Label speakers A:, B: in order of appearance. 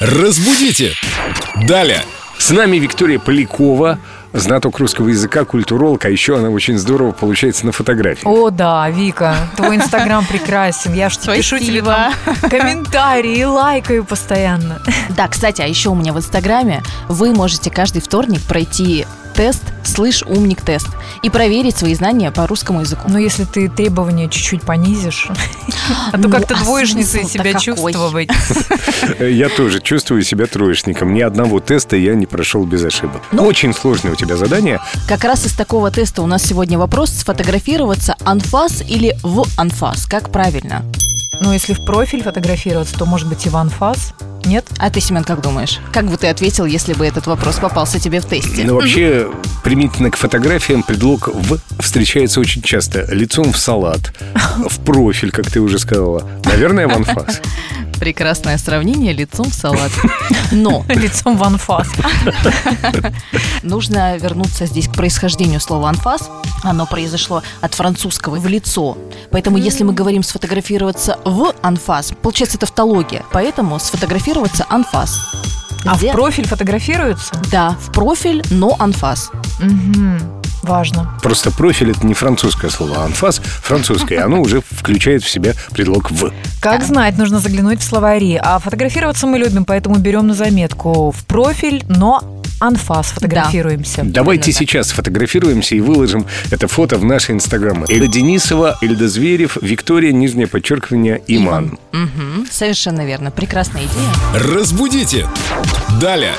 A: Разбудите! Далее!
B: С нами Виктория Полякова, знаток русского языка, культуролог, а еще она очень здорово получается на фотографии.
C: О, да, Вика, твой инстаграм прекрасен. Я ж тебе пишу тебе
D: Спасибо.
C: там комментарии, лайкаю постоянно.
D: Да, кстати, а еще у меня в Инстаграме вы можете каждый вторник пройти тест «Слышь, умник тест» и проверить свои знания по русскому языку.
C: Но если ты требования чуть-чуть понизишь, а то
D: Ну,
C: как-то
D: а
C: двоечницей
D: смысл-то
C: себя
D: какой?
C: чувствовать.
B: Э, Я тоже чувствую себя троечником. Ни одного теста я не прошел без ошибок. Очень сложное у тебя задание.
D: Как раз из такого теста у нас сегодня вопрос сфотографироваться анфас или в анфас, как правильно?
C: Но Ну, если в профиль фотографироваться, то может быть Иван Фас? Нет?
D: А ты, Семен, как думаешь? Как бы ты ответил, если бы этот вопрос попался тебе в тесте?
B: Но вообще, применительно к фотографиям, предлог «в» встречается очень часто. Лицом в салат, в профиль, как ты уже сказала. Наверное, в анфас.
D: Прекрасное сравнение лицом в салат. Но
C: Лицом в анфас.
D: А нужно вернуться здесь к происхождению слова «анфас». Оно произошло от французского «в лицо». Поэтому, если мы говорим «сфотографироваться в анфас», получается, это тавтология. Поэтому «сфотографироваться анфас».
C: А в
D: Где?
C: профиль фотографируются?
D: Да, в профиль, но анфас.
C: Мгм. Важно.
B: Просто профиль – это не французское слово, а анфас – французское. Оно уже включает в себя предлог «в».
C: Как знать, нужно заглянуть в словари. А фотографироваться мы любим, поэтому берем на заметку в профиль, но анфас фотографируемся.
B: Давайте сейчас сфотографируемся и выложим это фото в наши инстаграмы. Эльда Денисова, Эльда Зверев, Виктория, нижнее подчеркивание, Иман.
D: Мгм, совершенно верно. Прекрасная идея.
A: Разбудите! Далее!